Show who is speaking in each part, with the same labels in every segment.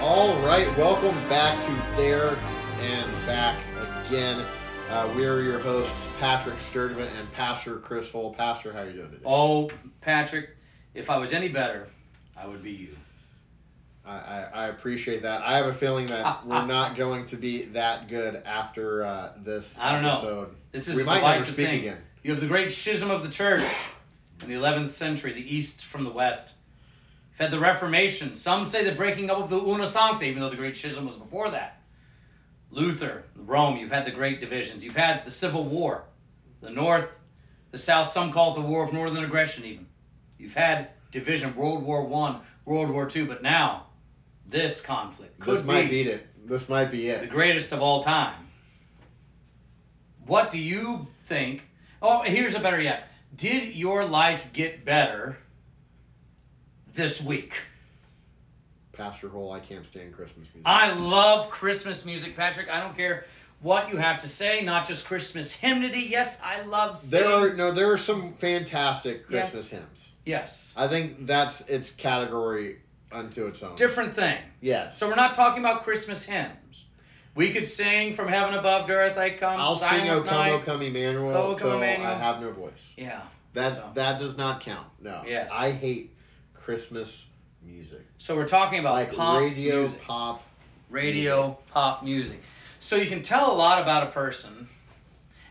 Speaker 1: right, welcome back to There and Back again. Uh, we are your hosts, Patrick Sturdivant and Pastor Chris Hole. Pastor, how are you doing today?
Speaker 2: Oh, Patrick, if I was any better, I would be you.
Speaker 1: I, I, I appreciate that. I have a feeling
Speaker 2: Ah,
Speaker 1: that we're not going to be that good after uh, this
Speaker 2: I don't know.
Speaker 1: episode.
Speaker 2: This is
Speaker 1: we
Speaker 2: a
Speaker 1: might never
Speaker 2: divisive
Speaker 1: speak
Speaker 2: thing.
Speaker 1: again.
Speaker 2: You have the great schism of the church in the 11th century, the East from the West. You've had the Reformation. Some say the breaking up of the Una Sancta, even though the great schism was before that. Luther, Rome, you've had the great divisions. You've had the Civil War, the North, the South. Some call it the War of Northern Aggression, even. You've had division, World War One, World War Two, but now this conflict could
Speaker 1: This might beat it. This might be
Speaker 2: the
Speaker 1: it.
Speaker 2: greatest of all time. What do you think? Oh, here's a better yet. Did your life get better this week?
Speaker 1: Pastor Hole, I can't stand Christmas music.
Speaker 2: I love Christmas music, Patrick. I don't care what you have to say, not just Christmas hymnody. Yes, I love singing.
Speaker 1: there are no, there are some fantastic
Speaker 2: Yes.
Speaker 1: Christmas hymns.
Speaker 2: yes.
Speaker 1: I think that's its category unto its own.
Speaker 2: Different thing.
Speaker 1: Yes.
Speaker 2: So we're not talking about Christmas hymns. We could sing From Heaven Above to Earth I Come,
Speaker 1: I'll
Speaker 2: Silent
Speaker 1: sing "O Come,
Speaker 2: Night.
Speaker 1: O Come, Emmanuel"
Speaker 2: O Come,
Speaker 1: till I
Speaker 2: Emmanuel.
Speaker 1: have no voice.
Speaker 2: Yeah.
Speaker 1: That
Speaker 2: So.
Speaker 1: that does not count. No.
Speaker 2: Yes.
Speaker 1: I hate Christmas music,
Speaker 2: So we're talking about
Speaker 1: like
Speaker 2: pop
Speaker 1: radio
Speaker 2: music.
Speaker 1: pop.
Speaker 2: radio pop music so you can tell a lot about a person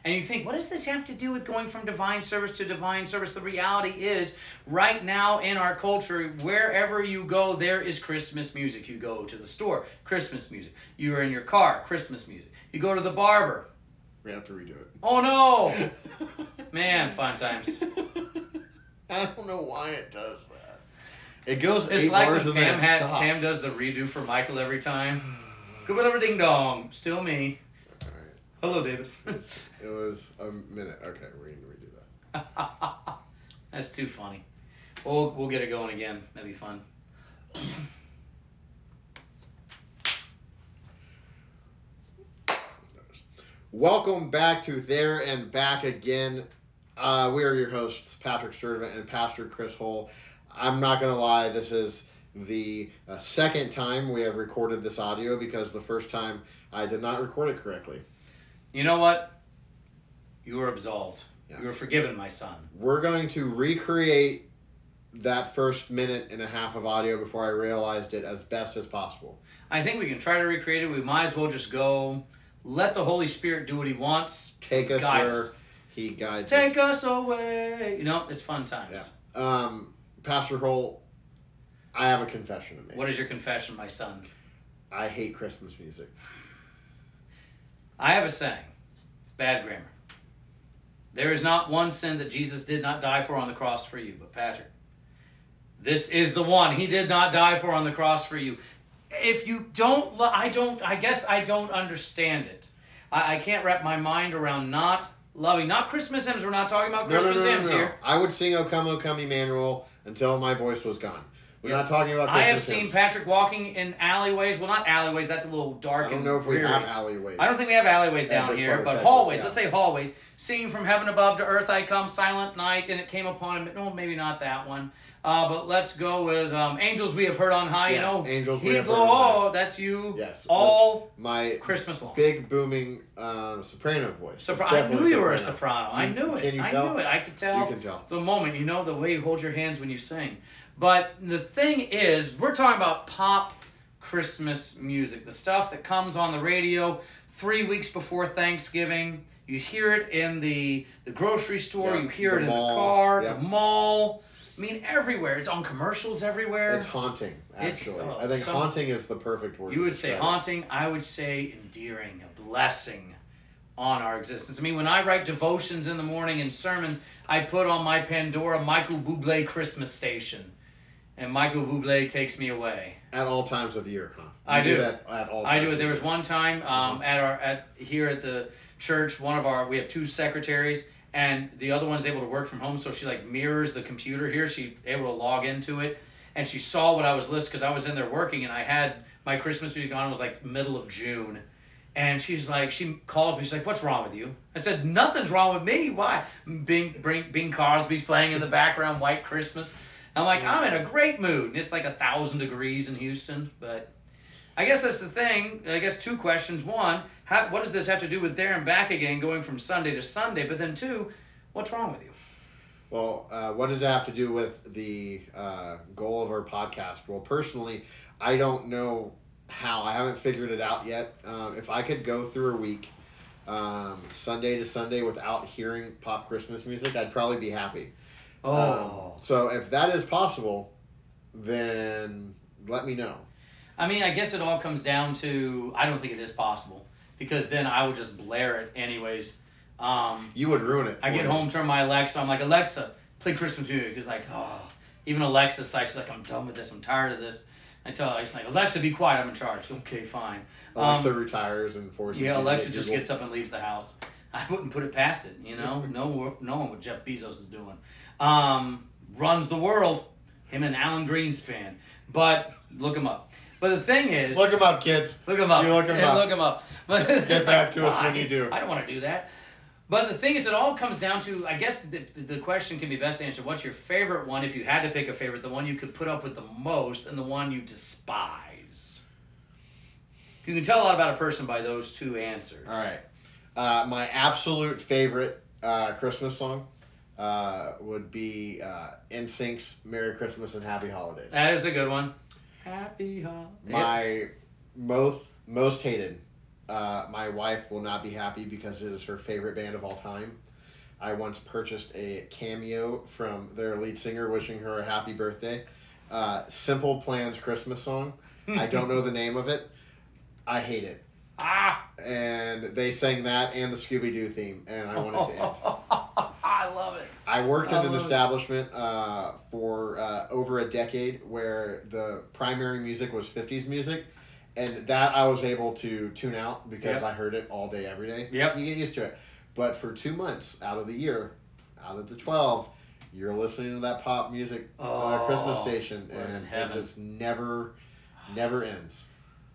Speaker 2: and you think what does this have to do with going from divine service to divine service the reality is right now in our culture wherever you go there is christmas music you go to the store christmas music you are in your car christmas music you go to the barber
Speaker 1: We have to redo it.
Speaker 2: oh no man fun times
Speaker 1: I don't know why it does that. It goes
Speaker 2: it's
Speaker 1: eight
Speaker 2: like
Speaker 1: bars
Speaker 2: when
Speaker 1: and
Speaker 2: pam,
Speaker 1: then
Speaker 2: had,
Speaker 1: it
Speaker 2: pam
Speaker 1: stops.
Speaker 2: does the redo for michael every time good whatever ding dong still me
Speaker 1: All right.
Speaker 2: hello david
Speaker 1: It was a minute. Okay, we're gonna redo that.
Speaker 2: That's too funny. We'll we'll get it going again. That'd be fun.
Speaker 1: Welcome back to There and Back Again. Uh, we are your hosts, Patrick Sturdivant and Pastor Chris Hole. I'm not going to lie, this is the uh, second time we have recorded this audio because the first time I did not record it correctly.
Speaker 2: You know what? You were absolved.
Speaker 1: Yeah.
Speaker 2: You were forgiven, my son.
Speaker 1: We're going to recreate that first minute and a half of audio before I realized it as best as possible.
Speaker 2: I think we can try to recreate it. We might as well just go. Let the Holy Spirit do what He wants.
Speaker 1: Take us
Speaker 2: Guide
Speaker 1: where
Speaker 2: us.
Speaker 1: he guides us.
Speaker 2: Take us away. You know, it's fun times.
Speaker 1: Um, Pastor Hole, I have a confession to make.
Speaker 2: What is your confession, my son?
Speaker 1: I hate Christmas music.
Speaker 2: I have a saying. It's bad grammar. There is not one sin that Jesus did not die for on the cross for you, but Patrick, this is the one he did not die for on the cross for you. If you don't, lo- I don't, I guess I don't understand it. I, I can't wrap my mind around not loving, not Christmas hymns. We're not talking about
Speaker 1: No, no, no,
Speaker 2: Christmas
Speaker 1: no,
Speaker 2: hymns
Speaker 1: no.
Speaker 2: here.
Speaker 1: I would sing "O Come, O Come, Emmanuel" until my voice was gone. We're
Speaker 2: Yeah.
Speaker 1: not talking about.
Speaker 2: I
Speaker 1: Christmas
Speaker 2: have seen
Speaker 1: hymns.
Speaker 2: Patrick walking in alleyways. Well, not alleyways. That's a little dark.
Speaker 1: I don't
Speaker 2: and
Speaker 1: know if we
Speaker 2: weird.
Speaker 1: have alleyways.
Speaker 2: I don't think we have alleyways
Speaker 1: Yeah,
Speaker 2: down
Speaker 1: that's
Speaker 2: here,
Speaker 1: part of
Speaker 2: but
Speaker 1: Texas,
Speaker 2: hallways.
Speaker 1: yeah.
Speaker 2: Let's say hallways. Seeing from heaven above to earth I come, silent night, and it came upon him. No, maybe not that one. Uh, but let's go with um, angels we have heard on high.
Speaker 1: Yes,
Speaker 2: you know,
Speaker 1: Angels We
Speaker 2: He
Speaker 1: Have
Speaker 2: blow,
Speaker 1: Heard on High.
Speaker 2: oh, that's you.
Speaker 1: Yes,
Speaker 2: all
Speaker 1: my
Speaker 2: Christmas long.
Speaker 1: big booming um, soprano voice. It's
Speaker 2: Sopra- I
Speaker 1: definitely
Speaker 2: knew you were a
Speaker 1: soprano.
Speaker 2: soprano. I
Speaker 1: You-
Speaker 2: knew it.
Speaker 1: can you
Speaker 2: I
Speaker 1: tell?
Speaker 2: knew it. I could tell.
Speaker 1: You can tell.
Speaker 2: The moment, you know, the way you hold your hands when you sing. But the thing is, we're talking about pop Christmas music, the stuff that comes on the radio three weeks before Thanksgiving. You hear it in the, the grocery store,
Speaker 1: Yeah,
Speaker 2: you hear
Speaker 1: the
Speaker 2: it in
Speaker 1: mall.
Speaker 2: the car,
Speaker 1: Yep.
Speaker 2: the mall. I mean, everywhere. It's on commercials everywhere.
Speaker 1: It's haunting.
Speaker 2: It's-
Speaker 1: Actually,
Speaker 2: oh,
Speaker 1: I think
Speaker 2: some-
Speaker 1: haunting is the perfect word.
Speaker 2: You
Speaker 1: to
Speaker 2: would say
Speaker 1: describe
Speaker 2: haunting. I would say endearing, a blessing on our existence. I mean, when I write devotions in the morning and sermons, I put on my Pandora Michael Bublé Christmas station, and Michael Bublé takes me away.
Speaker 1: it. at all times of year, huh?
Speaker 2: I
Speaker 1: You
Speaker 2: do.
Speaker 1: that at all.
Speaker 2: I
Speaker 1: times
Speaker 2: do it.
Speaker 1: of
Speaker 2: There was
Speaker 1: year.
Speaker 2: one time um, at our at here at the church. One of our we have two secretaries, and the other one's able to work from home. So she like mirrors the computer here. She able to log into it, and she saw what I was listed because I was in there working, and I had my Christmas music on. It was like middle of June, and she's like, she calls me. She's like, "What's wrong with you?" I said, "Nothing's wrong with me. Why?" Bing, Bing, Bing Crosby's playing in the background, "White Christmas." I'm like, I'm in a great mood, and it's like a thousand degrees in Houston, but I I guess that's the thing. I guess two questions. One, how, what does this have to do with there and back again going from Sunday to Sunday? But then two, what's wrong with you?
Speaker 1: Well, uh, what does that have to do with the uh, goal of our podcast? Well, personally, I don't know how. I haven't figured it out yet. Um, if I could go through a week, um, Sunday to Sunday, without hearing pop Christmas music, I'd probably be happy.
Speaker 2: Oh.
Speaker 1: Um, so if that is possible, then let me know.
Speaker 2: I mean, I guess it all comes down to I don't think it is possible because then I would just blare it anyways. Um,
Speaker 1: You would ruin it.
Speaker 2: I
Speaker 1: for
Speaker 2: get
Speaker 1: me.
Speaker 2: home, turn my Alexa. I'm like, Alexa, play Christmas music. It's like, oh, even Alexa, like, she's like, I'm done with this. I'm tired of this. I tell her, I'm like, Alexa, be quiet. I'm in charge. Okay, fine. Um,
Speaker 1: Alexa retires and forces. you
Speaker 2: yeah,
Speaker 1: to
Speaker 2: Alexa
Speaker 1: get
Speaker 2: just
Speaker 1: Google.
Speaker 2: gets up and leaves the house. I wouldn't put it past it. You know, no, wor- knowing what Jeff Bezos is doing, um, runs the world. Him and Alan Greenspan. But look him up. But the thing is,
Speaker 1: Look him up, kids.
Speaker 2: Look him up.
Speaker 1: You look him
Speaker 2: Yeah,
Speaker 1: up.
Speaker 2: Look him up. But
Speaker 1: Get back to us when
Speaker 2: Why?
Speaker 1: you do.
Speaker 2: I don't want to do that. But the thing is, it all comes down to I guess the, the question can be best answered. What's your favorite one? If you had to pick a favorite, the one you could put up with the most, and the one you despise. You can tell a lot about a person by those two answers.
Speaker 1: All right. Uh, my absolute favorite uh, Christmas song uh, would be uh, NSYNC's "Merry Christmas and Happy Holidays."
Speaker 2: that is a good one. Happy holidays.
Speaker 1: My most most hated. Uh, my wife will not be happy because it is her favorite band of all time. I once purchased a cameo from their lead singer wishing her a happy birthday. Uh, Simple Plans Christmas song. I don't know the name of it. I hate it.
Speaker 2: ah,
Speaker 1: And they sang that and the Scooby Doo theme, and I wanted to end.
Speaker 2: I love it.
Speaker 1: I worked in
Speaker 2: I
Speaker 1: an
Speaker 2: love it.
Speaker 1: establishment uh, for uh, over a decade where the primary music was 50s music. And that I was able to tune out because
Speaker 2: Yep.
Speaker 1: I heard it all day, every day.
Speaker 2: Yep.
Speaker 1: You get used to it. But for two months out of the year, out of the 12, you're listening to that pop music uh,
Speaker 2: Oh,
Speaker 1: Christmas station.
Speaker 2: we're in
Speaker 1: And it
Speaker 2: heaven.
Speaker 1: just never, never ends.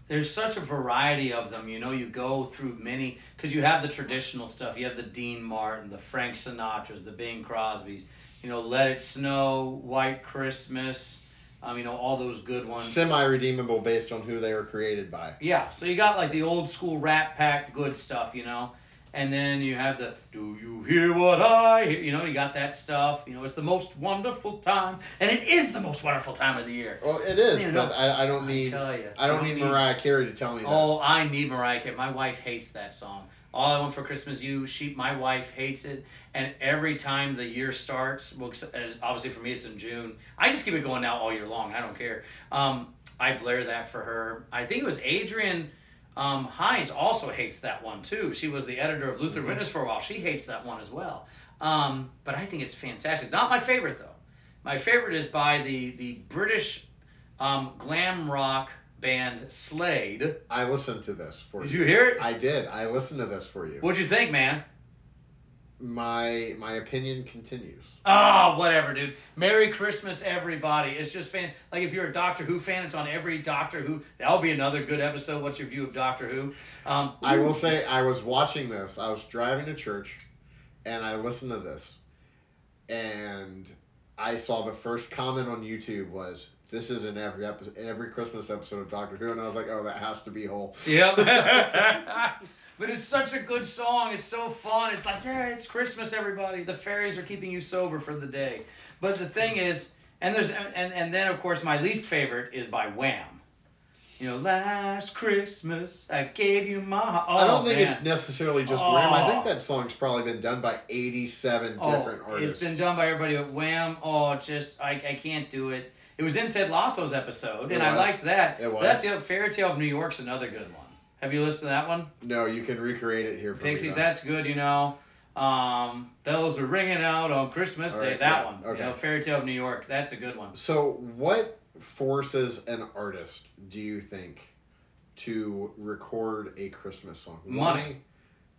Speaker 2: there's such a variety of them you know you go through many because you have the traditional stuff you have the dean martin the frank sinatras the bing crosbys you know let it snow white christmas um, you know all those good ones
Speaker 1: Semi redeemable based on who they were created by.
Speaker 2: yeah so you got like the old school rat pack good stuff you know and then you have the do you hear what i hear you know you got that stuff you know it's the most wonderful time and it is the most wonderful time of the year
Speaker 1: Well, it is,
Speaker 2: You know,
Speaker 1: but I, I don't
Speaker 2: i
Speaker 1: need.
Speaker 2: tell you
Speaker 1: I don't need Mariah Carey to tell me that.
Speaker 2: Oh, I need Mariah Carey. My wife hates that song. All I want for Christmas is you. She, my wife hates it. And every time the year starts, well, ex- uh, obviously for me it's in June. I just keep it going now all year long. I don't care. Um, I blare that for her. I think it was Adrian um, Hines also hates that one too. She was the editor of
Speaker 1: Mm-hmm.
Speaker 2: Luther Witness for a while. She hates that one as well. Um, but I think it's fantastic. Not my favorite though. My favorite is by the the British um, glam rock band Slade.
Speaker 1: I listened to this for
Speaker 2: Did
Speaker 1: you.
Speaker 2: you hear it?
Speaker 1: I did. I listened to this for you.
Speaker 2: What'd you think, man?
Speaker 1: My my opinion continues.
Speaker 2: Ah, whatever, dude. Merry Christmas, everybody. It's just fan. Like if you're a Doctor Who fan, it's on every Doctor Who. That'll be another good episode. What's your view of Doctor Who? Um,
Speaker 1: I will say I was watching this. I was driving to church, and I listened to this, and I saw the first comment on YouTube was. This is in every episode, every Christmas episode of Doctor Who, and I was like, "Oh, that has to be whole."
Speaker 2: Yep. but it's such a good song. It's so fun. It's like, yeah, it's Christmas, everybody. The fairies are keeping you sober for the day. But the thing is, and there's and, and then of course my least favorite is by Wham. You know, last Christmas I gave you my. heart." Oh,
Speaker 1: I don't think
Speaker 2: man.
Speaker 1: it's necessarily just Wham. I think
Speaker 2: Oh.
Speaker 1: that song's probably been done by eighty-seven different artists.
Speaker 2: It's been done by everybody, but Wham! Oh, just I, I can't do it. It was in Ted Lasso's episode,
Speaker 1: It
Speaker 2: and I
Speaker 1: was.
Speaker 2: liked that.
Speaker 1: It was.
Speaker 2: That's the other- Fairy Tale of New York's another good one. Have you listened to that one?
Speaker 1: No, you can recreate it here. For me,
Speaker 2: Pixies,
Speaker 1: though.
Speaker 2: that's good, you know. Um, bells are ringing out on Christmas
Speaker 1: All
Speaker 2: Day.
Speaker 1: right,
Speaker 2: that
Speaker 1: yeah,
Speaker 2: one,
Speaker 1: okay.
Speaker 2: you know, Fairy Tale of New York. That's a good one.
Speaker 1: So, what forces an artist, do you think, to record a Christmas song?
Speaker 2: Money.
Speaker 1: Why-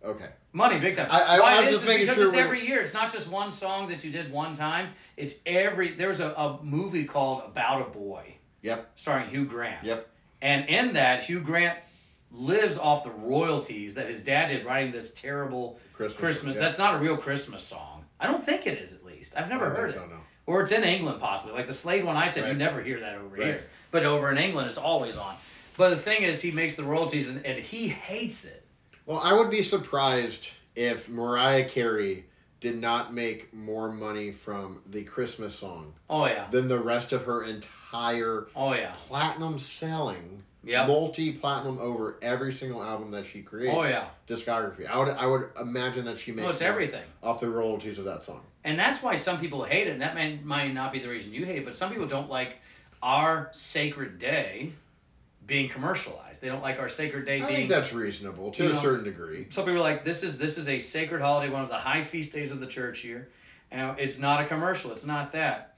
Speaker 1: Okay.
Speaker 2: Money, big time.
Speaker 1: I- I-
Speaker 2: Why
Speaker 1: I
Speaker 2: it
Speaker 1: was
Speaker 2: is
Speaker 1: just
Speaker 2: is
Speaker 1: making
Speaker 2: because
Speaker 1: sure
Speaker 2: it's
Speaker 1: we-
Speaker 2: every year. It's not just one song that you did one time. It's every. There's a, a movie called About a Boy.
Speaker 1: Yep.
Speaker 2: starring Hugh Grant.
Speaker 1: Yep.
Speaker 2: And in that, Hugh Grant lives off the royalties that his dad did writing this terrible
Speaker 1: Christmas.
Speaker 2: Christmas.
Speaker 1: yeah.
Speaker 2: That's not a real Christmas song. I don't think it is, at least. I've never
Speaker 1: I
Speaker 2: heard it.
Speaker 1: don't know.
Speaker 2: Or it's in England, possibly. Like the Slade one I said,
Speaker 1: Right.
Speaker 2: you never hear that over
Speaker 1: Right.
Speaker 2: here. But over in England, it's always on. But the thing is, he makes the royalties and, and he hates it.
Speaker 1: Well, I would be surprised if Mariah Carey did not make more money from the Christmas song
Speaker 2: Oh, yeah.
Speaker 1: than the rest of her entire
Speaker 2: Oh, yeah.
Speaker 1: platinum selling,
Speaker 2: Yep.
Speaker 1: multi platinum over every single album that she creates.
Speaker 2: Oh, yeah.
Speaker 1: Discography. I would I would imagine that she makes
Speaker 2: Well, it's
Speaker 1: more
Speaker 2: everything.
Speaker 1: off the royalties of that song.
Speaker 2: And that's why some people hate it. And that might, might not be the reason you hate it, but some people don't like our sacred day being commercialized. They don't like our sacred day
Speaker 1: I
Speaker 2: being.
Speaker 1: think that's reasonable to
Speaker 2: you
Speaker 1: a
Speaker 2: know,
Speaker 1: certain degree.
Speaker 2: some people are like, this is this is a sacred holiday, one of the high feast days of the church here. And it's not a commercial. It's not that.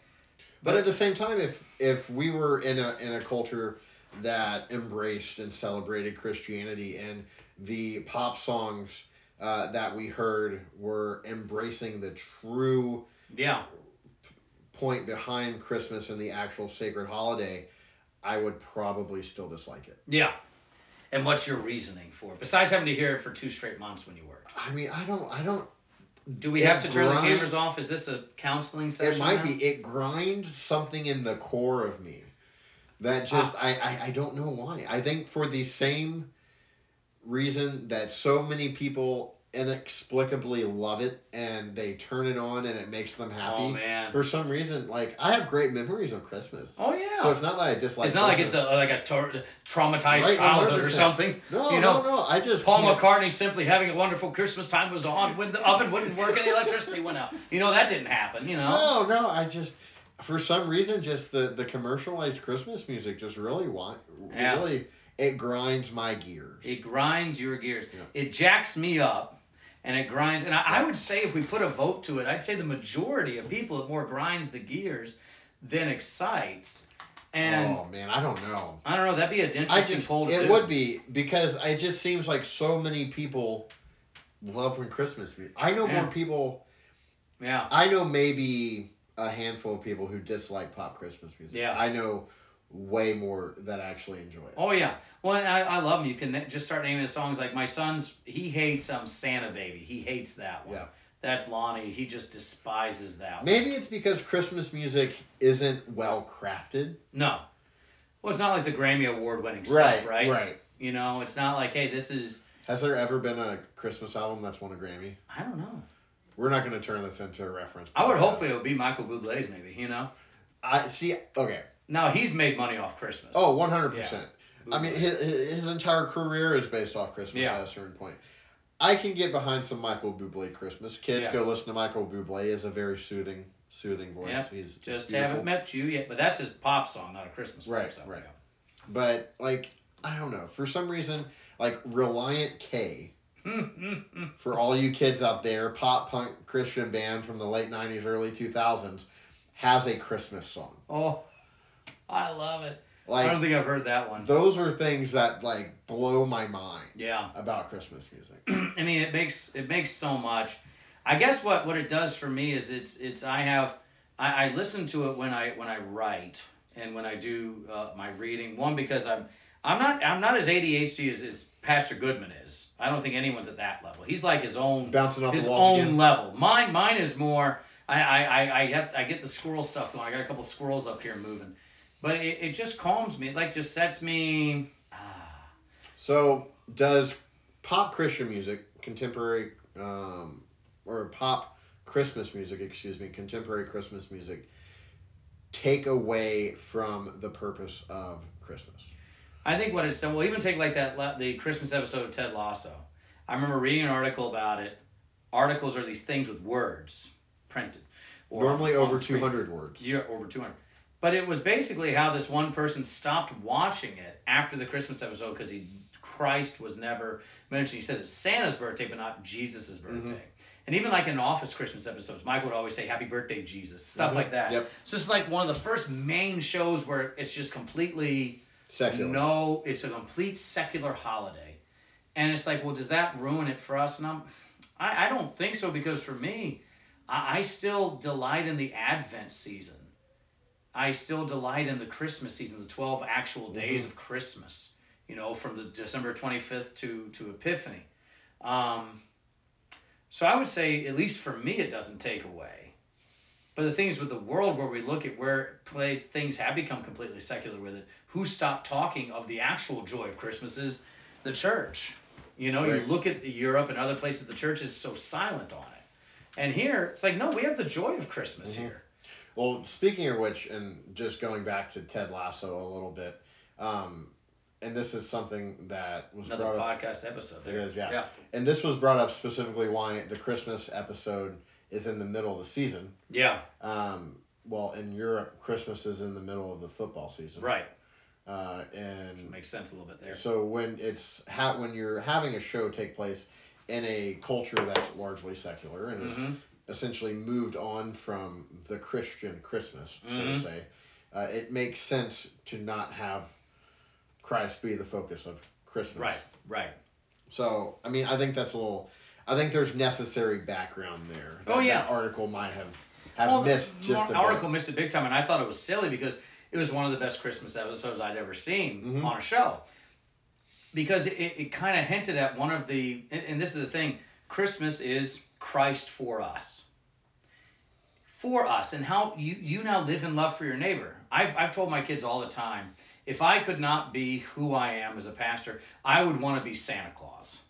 Speaker 1: But at the same time, if if we were in a in a culture that embraced and celebrated Christianity and the pop songs uh, that we heard were embracing the true
Speaker 2: Yeah.
Speaker 1: point behind Christmas and the actual sacred holiday, I would probably still dislike it.
Speaker 2: Yeah. And what's your reasoning for it? Besides having to hear it for two straight months when you work.
Speaker 1: I mean, I don't, I don't.
Speaker 2: Do we
Speaker 1: It
Speaker 2: have to turn the
Speaker 1: grinds-
Speaker 2: cameras off? Is this a counseling session?
Speaker 1: It might
Speaker 2: now?
Speaker 1: be. It grinds something in the core of me that just
Speaker 2: Ah.
Speaker 1: I, I I don't know why. I think for the same reason that so many people inexplicably love it and they turn it on and it makes them happy.
Speaker 2: Oh man.
Speaker 1: For some reason, like I have great memories of Christmas.
Speaker 2: Oh yeah.
Speaker 1: So it's not that I dislike.
Speaker 2: it's not like it's
Speaker 1: Christmas.
Speaker 2: a like a tor- traumatized
Speaker 1: Right,
Speaker 2: childhood or
Speaker 1: 100%.
Speaker 2: something.
Speaker 1: no,
Speaker 2: you know,
Speaker 1: no, no. I just
Speaker 2: Paul
Speaker 1: can't-
Speaker 2: McCartney simply having a wonderful Christmas time was on when the oven wouldn't work and the electricity went out. You know that didn't happen. You know.
Speaker 1: No, no, I just for some reason just the the commercialized Christmas music just really want
Speaker 2: Yeah.
Speaker 1: really it grinds my gears.
Speaker 2: It grinds your gears.
Speaker 1: Yeah.
Speaker 2: It jacks me up and it grinds. And I, I would say if we put a vote to it, I'd say the majority of people, it more grinds the gears than excites. And
Speaker 1: oh man, I don't know.
Speaker 2: I don't know, that'd be an
Speaker 1: I
Speaker 2: interesting
Speaker 1: just
Speaker 2: poll to
Speaker 1: it
Speaker 2: do.
Speaker 1: would be because it just seems like so many people love when Christmas music. I know
Speaker 2: Yeah.
Speaker 1: more people.
Speaker 2: Yeah.
Speaker 1: I know maybe a handful of people who dislike pop Christmas music.
Speaker 2: Yeah.
Speaker 1: I know way more that actually enjoy it.
Speaker 2: Oh, yeah. Well, and I, I love them. You can na- just start naming the songs. Like my son's, he hates um, Santa Baby. He hates that one.
Speaker 1: Yeah.
Speaker 2: That's Lonnie. He just despises that one.
Speaker 1: Maybe it's because Christmas music isn't well crafted.
Speaker 2: No. Well, it's not like the Grammy Award winning stuff, right?
Speaker 1: Right.
Speaker 2: You know, it's not like, hey, this is,
Speaker 1: Has there ever been a Christmas album that's won a Grammy?
Speaker 2: I don't know.
Speaker 1: We're not going to turn this into a reference.
Speaker 2: I would
Speaker 1: podcast.
Speaker 2: hope it would be Michael Bublé's, maybe. You know,
Speaker 1: I see. Okay.
Speaker 2: now he's made money off Christmas.
Speaker 1: Oh, 100%. I mean, his, his entire career is based off Christmas
Speaker 2: Yeah.
Speaker 1: at a certain point. I can get behind some Michael Bublé Christmas. Kids,
Speaker 2: Yeah.
Speaker 1: go listen to Michael Bublé. Is a very soothing, soothing voice.
Speaker 2: Yep.
Speaker 1: He's
Speaker 2: just
Speaker 1: beautiful.
Speaker 2: haven't met you yet. But that's his pop song, not a Christmas pop
Speaker 1: Right,
Speaker 2: song.
Speaker 1: right.
Speaker 2: yeah.
Speaker 1: But like, I don't know. For some reason, like Reliant K. for all you kids out there, pop punk Christian band from the late '90s, early 2000s, has a Christmas song.
Speaker 2: Oh, I love it. I don't
Speaker 1: Like
Speaker 2: think I've heard that one.
Speaker 1: those are things that like blow my mind
Speaker 2: yeah,
Speaker 1: about Christmas music.
Speaker 2: I mean, it makes it makes so much. I guess what what it does for me is it's it's I have I, I listen to it when I when I write and when I do uh, my reading. One because I'm I'm not I'm not as ADHD as, as Pastor Goodman is. I don't think anyone's at that level. He's like his own
Speaker 1: Bouncing off
Speaker 2: his
Speaker 1: the walls
Speaker 2: own
Speaker 1: again.
Speaker 2: level. Mine, mine is more. I, I, I, I get, I get the squirrel stuff going. I got a couple squirrels up here moving, but it, it just calms me. It like just sets me.
Speaker 1: So does pop Christian music, contemporary, um, or pop Christmas music, excuse me, contemporary Christmas music, take away from the purpose of Christmas?
Speaker 2: I think what it's done. Well, even take like that la- the Christmas episode of Ted Lasso. I remember reading an article about it. Articles are these things with words printed. or
Speaker 1: Normally
Speaker 2: on
Speaker 1: over
Speaker 2: the screen.
Speaker 1: 200 words.
Speaker 2: year over 200 but it was basically how this one person stopped watching it after the christmas episode because he christ was never mentioned he said it's santa's birthday but not jesus' birthday
Speaker 1: Mm-hmm.
Speaker 2: and even like in office christmas episodes michael would always say happy birthday jesus stuff like that
Speaker 1: Mm-hmm. Yep.
Speaker 2: so it's like one of the first main shows where it's just completely
Speaker 1: Secular.
Speaker 2: no it's a complete secular holiday and it's like well does that ruin it for us and i'm i, I don't think so because for me I, I still delight in the advent season i still delight in the christmas season the 12 actual days of christmas you know from the december 25th to to epiphany um so i would say at least for me it doesn't take away But the thing is, with the world where we look at where place things have become completely secular with it, who stopped talking of the actual joy of Christmas is the church. You know, you
Speaker 1: Right.
Speaker 2: look at Europe and other places, the church is so silent on it. And here, it's like, no, we have the joy of Christmas
Speaker 1: Mm-hmm.
Speaker 2: here.
Speaker 1: Well, speaking of which, and just going back to Ted Lasso a little bit, um, and this is something that was
Speaker 2: Another
Speaker 1: brought up.
Speaker 2: podcast episode there.
Speaker 1: It is, yeah.
Speaker 2: Yeah.
Speaker 1: And this was brought up specifically why the Christmas episode is in the middle of the season.
Speaker 2: Yeah,
Speaker 1: Um, well, in Europe, Christmas is in the middle of the football season.
Speaker 2: right.
Speaker 1: Uh, and
Speaker 2: Makes sense a little bit there.
Speaker 1: so when it's ha- when you're having a show take place in a culture that's largely secular and
Speaker 2: Mm-hmm.
Speaker 1: is essentially moved on from the Christian Christmas, so to
Speaker 2: Mhm.
Speaker 1: say, uh, it makes sense to not have Christ be the focus of Christmas.
Speaker 2: Right, right.
Speaker 1: So I mean, I think that's a little. I think there's necessary background there.
Speaker 2: Oh,
Speaker 1: that-
Speaker 2: yeah.
Speaker 1: that article might have have
Speaker 2: Well, the
Speaker 1: missed just a
Speaker 2: Mar- article missed it big time, and I thought it was silly because it was one of the best Christmas episodes I'd ever seen
Speaker 1: Mm-hmm.
Speaker 2: on a show. Because it, it kind of hinted at one of the, and, and this is the thing Christmas is Christ for us. For us, and how you, you now live in love for your neighbor. I've, I've told my kids all the time if I could not be who I am as a pastor, I would want to be Santa Claus.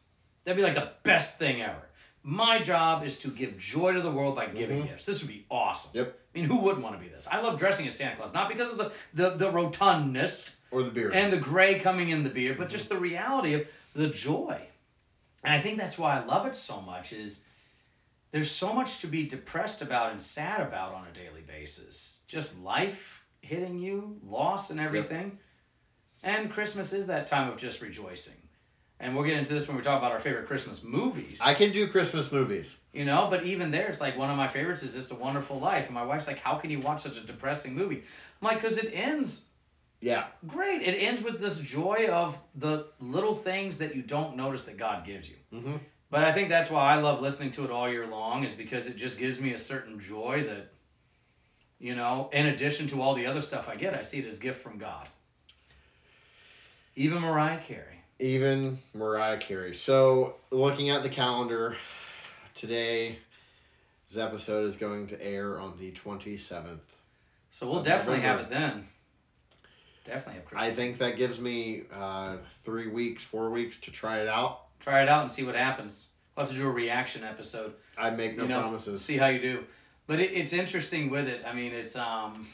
Speaker 2: That'd be like the best thing ever. My job is to give joy to the world by giving gifts. This would be awesome.
Speaker 1: Yep.
Speaker 2: I mean, who wouldn't want to be this? I love dressing as Santa Claus, not because of the the, the rotundness
Speaker 1: bit. or the beer.
Speaker 2: and the gray coming in the beard, but just the reality of the joy. And I think that's why I love it so much is there's so much to be depressed about and sad about on a daily basis. Just life hitting you, loss and everything. And Christmas is that time of just rejoicing. And we'll get into this when we talk about our favorite Christmas movies.
Speaker 1: I can do Christmas movies.
Speaker 2: You know, but even there, it's like one of my favorites is It's a Wonderful Life. And my wife's like, How can you watch such a depressing movie? I'm like, Because it ends
Speaker 1: Yeah,
Speaker 2: great. It ends with this joy of the little things that you don't notice that God gives you. Mm-hmm. But I think that's why I love listening to it all year long, is because it just gives me a certain joy that, you know, in addition to all the other stuff I get, I see it as gift from God. Even Mariah Carey.
Speaker 1: even Mariah Carey. So looking at the calendar, today's episode is going to air on the twenty seventh.
Speaker 2: So we'll
Speaker 1: Of
Speaker 2: definitely have it
Speaker 1: November.
Speaker 2: then. Definitely have Christmas.
Speaker 1: I think that gives me uh, three weeks, four weeks to try it out.
Speaker 2: try it out and see what happens. We'll have to do a reaction episode.
Speaker 1: I make no
Speaker 2: you know,
Speaker 1: promises.
Speaker 2: See how you do. But it, it's interesting with it. I mean, it's um,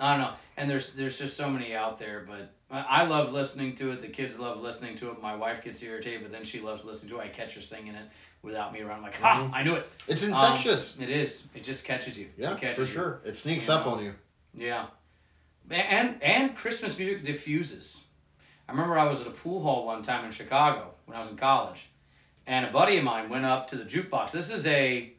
Speaker 2: I don't know. And there's there's just so many out there. But I, I love listening to it. The kids love listening to it. My wife gets irritated, but then she loves listening to it. I catch her singing it without me around. I'm like, ha! I knew it.
Speaker 1: It's
Speaker 2: Um,
Speaker 1: Mm-hmm. infectious.
Speaker 2: it is. It just catches you.
Speaker 1: yeah,
Speaker 2: it catches
Speaker 1: for
Speaker 2: you.
Speaker 1: sure. It sneaks
Speaker 2: You
Speaker 1: up
Speaker 2: know.
Speaker 1: on you.
Speaker 2: Yeah, A- and and Christmas music diffuses. I remember I was at a pool hall one time in Chicago when I was in college, and a buddy of mine went up to the jukebox. This is a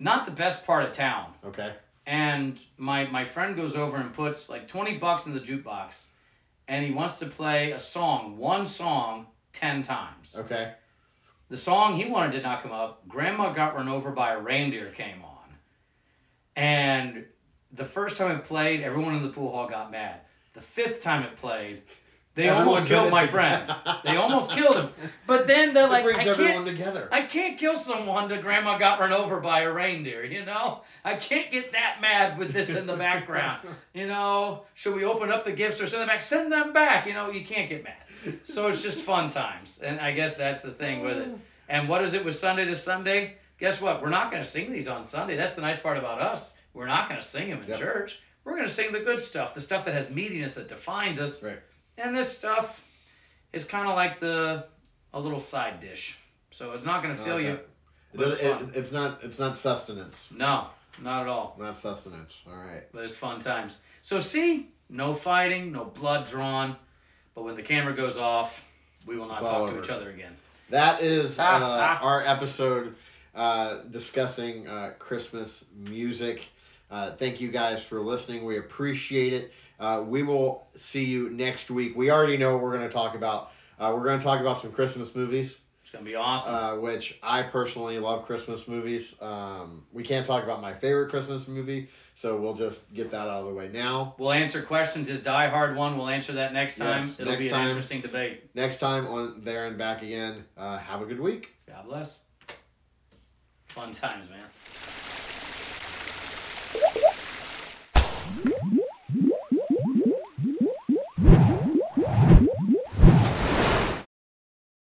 Speaker 2: not the best part of town,
Speaker 1: Okay.
Speaker 2: and my my friend goes over and puts like twenty bucks in the jukebox, and he wants to play a song, one song, ten times.
Speaker 1: Okay.
Speaker 2: The song he wanted did not come up. Grandma Got Run Over by a Reindeer came on. And the first time it played, everyone in the pool hall got mad. The fifth time it played, they
Speaker 1: Everyone
Speaker 2: almost
Speaker 1: did
Speaker 2: killed
Speaker 1: it
Speaker 2: my
Speaker 1: together.
Speaker 2: friend. They almost killed him. But then they're like,
Speaker 1: it brings
Speaker 2: I
Speaker 1: everyone
Speaker 2: can't,
Speaker 1: together.
Speaker 2: I can't kill someone that Grandma Got Run Over by a Reindeer, you know? I can't get that mad with this in the background. You know, should we open up the gifts or send them back? Send them back. You know, you can't get mad. So it's just fun times. And I guess that's the thing with it. And what is it with Sunday to Sunday? Guess what? We're not going to sing these on Sunday. That's the nice part about us. We're not going to sing them in
Speaker 1: Yep.
Speaker 2: church. We're going to sing the good stuff, the stuff that has meatiness that defines us.
Speaker 1: right.
Speaker 2: And this stuff is kind of like the a little side dish. So it's not going to
Speaker 1: I
Speaker 2: fill
Speaker 1: like
Speaker 2: you.
Speaker 1: that. It
Speaker 2: but
Speaker 1: does,
Speaker 2: it's
Speaker 1: it,
Speaker 2: fun.
Speaker 1: it's not. It's not sustenance.
Speaker 2: No, not at all.
Speaker 1: Not sustenance. All right.
Speaker 2: But it's fun times. So see, no fighting, no blood drawn. But when the camera goes off, we will not
Speaker 1: It's all
Speaker 2: talk to
Speaker 1: over.
Speaker 2: each other again.
Speaker 1: That is uh,
Speaker 2: Ah, ah.
Speaker 1: our episode uh, discussing uh, Christmas music. Uh, thank you guys for listening. We appreciate it. Uh, we will see you next week. We already know what we're going to talk about. Uh, we're going to talk about some Christmas movies,
Speaker 2: It's gonna be awesome.
Speaker 1: uh, which I personally love Christmas movies. Um, we can't talk about my favorite Christmas movie, so we'll just get that out of the way now.
Speaker 2: we'll answer questions. Is Die Hard one? We'll answer that next time.
Speaker 1: Yes,
Speaker 2: It'll
Speaker 1: next
Speaker 2: be an
Speaker 1: time.
Speaker 2: interesting debate.
Speaker 1: Next time on There and Back Again, uh, have a good week.
Speaker 2: God bless. Fun times, man.
Speaker 1: Bye.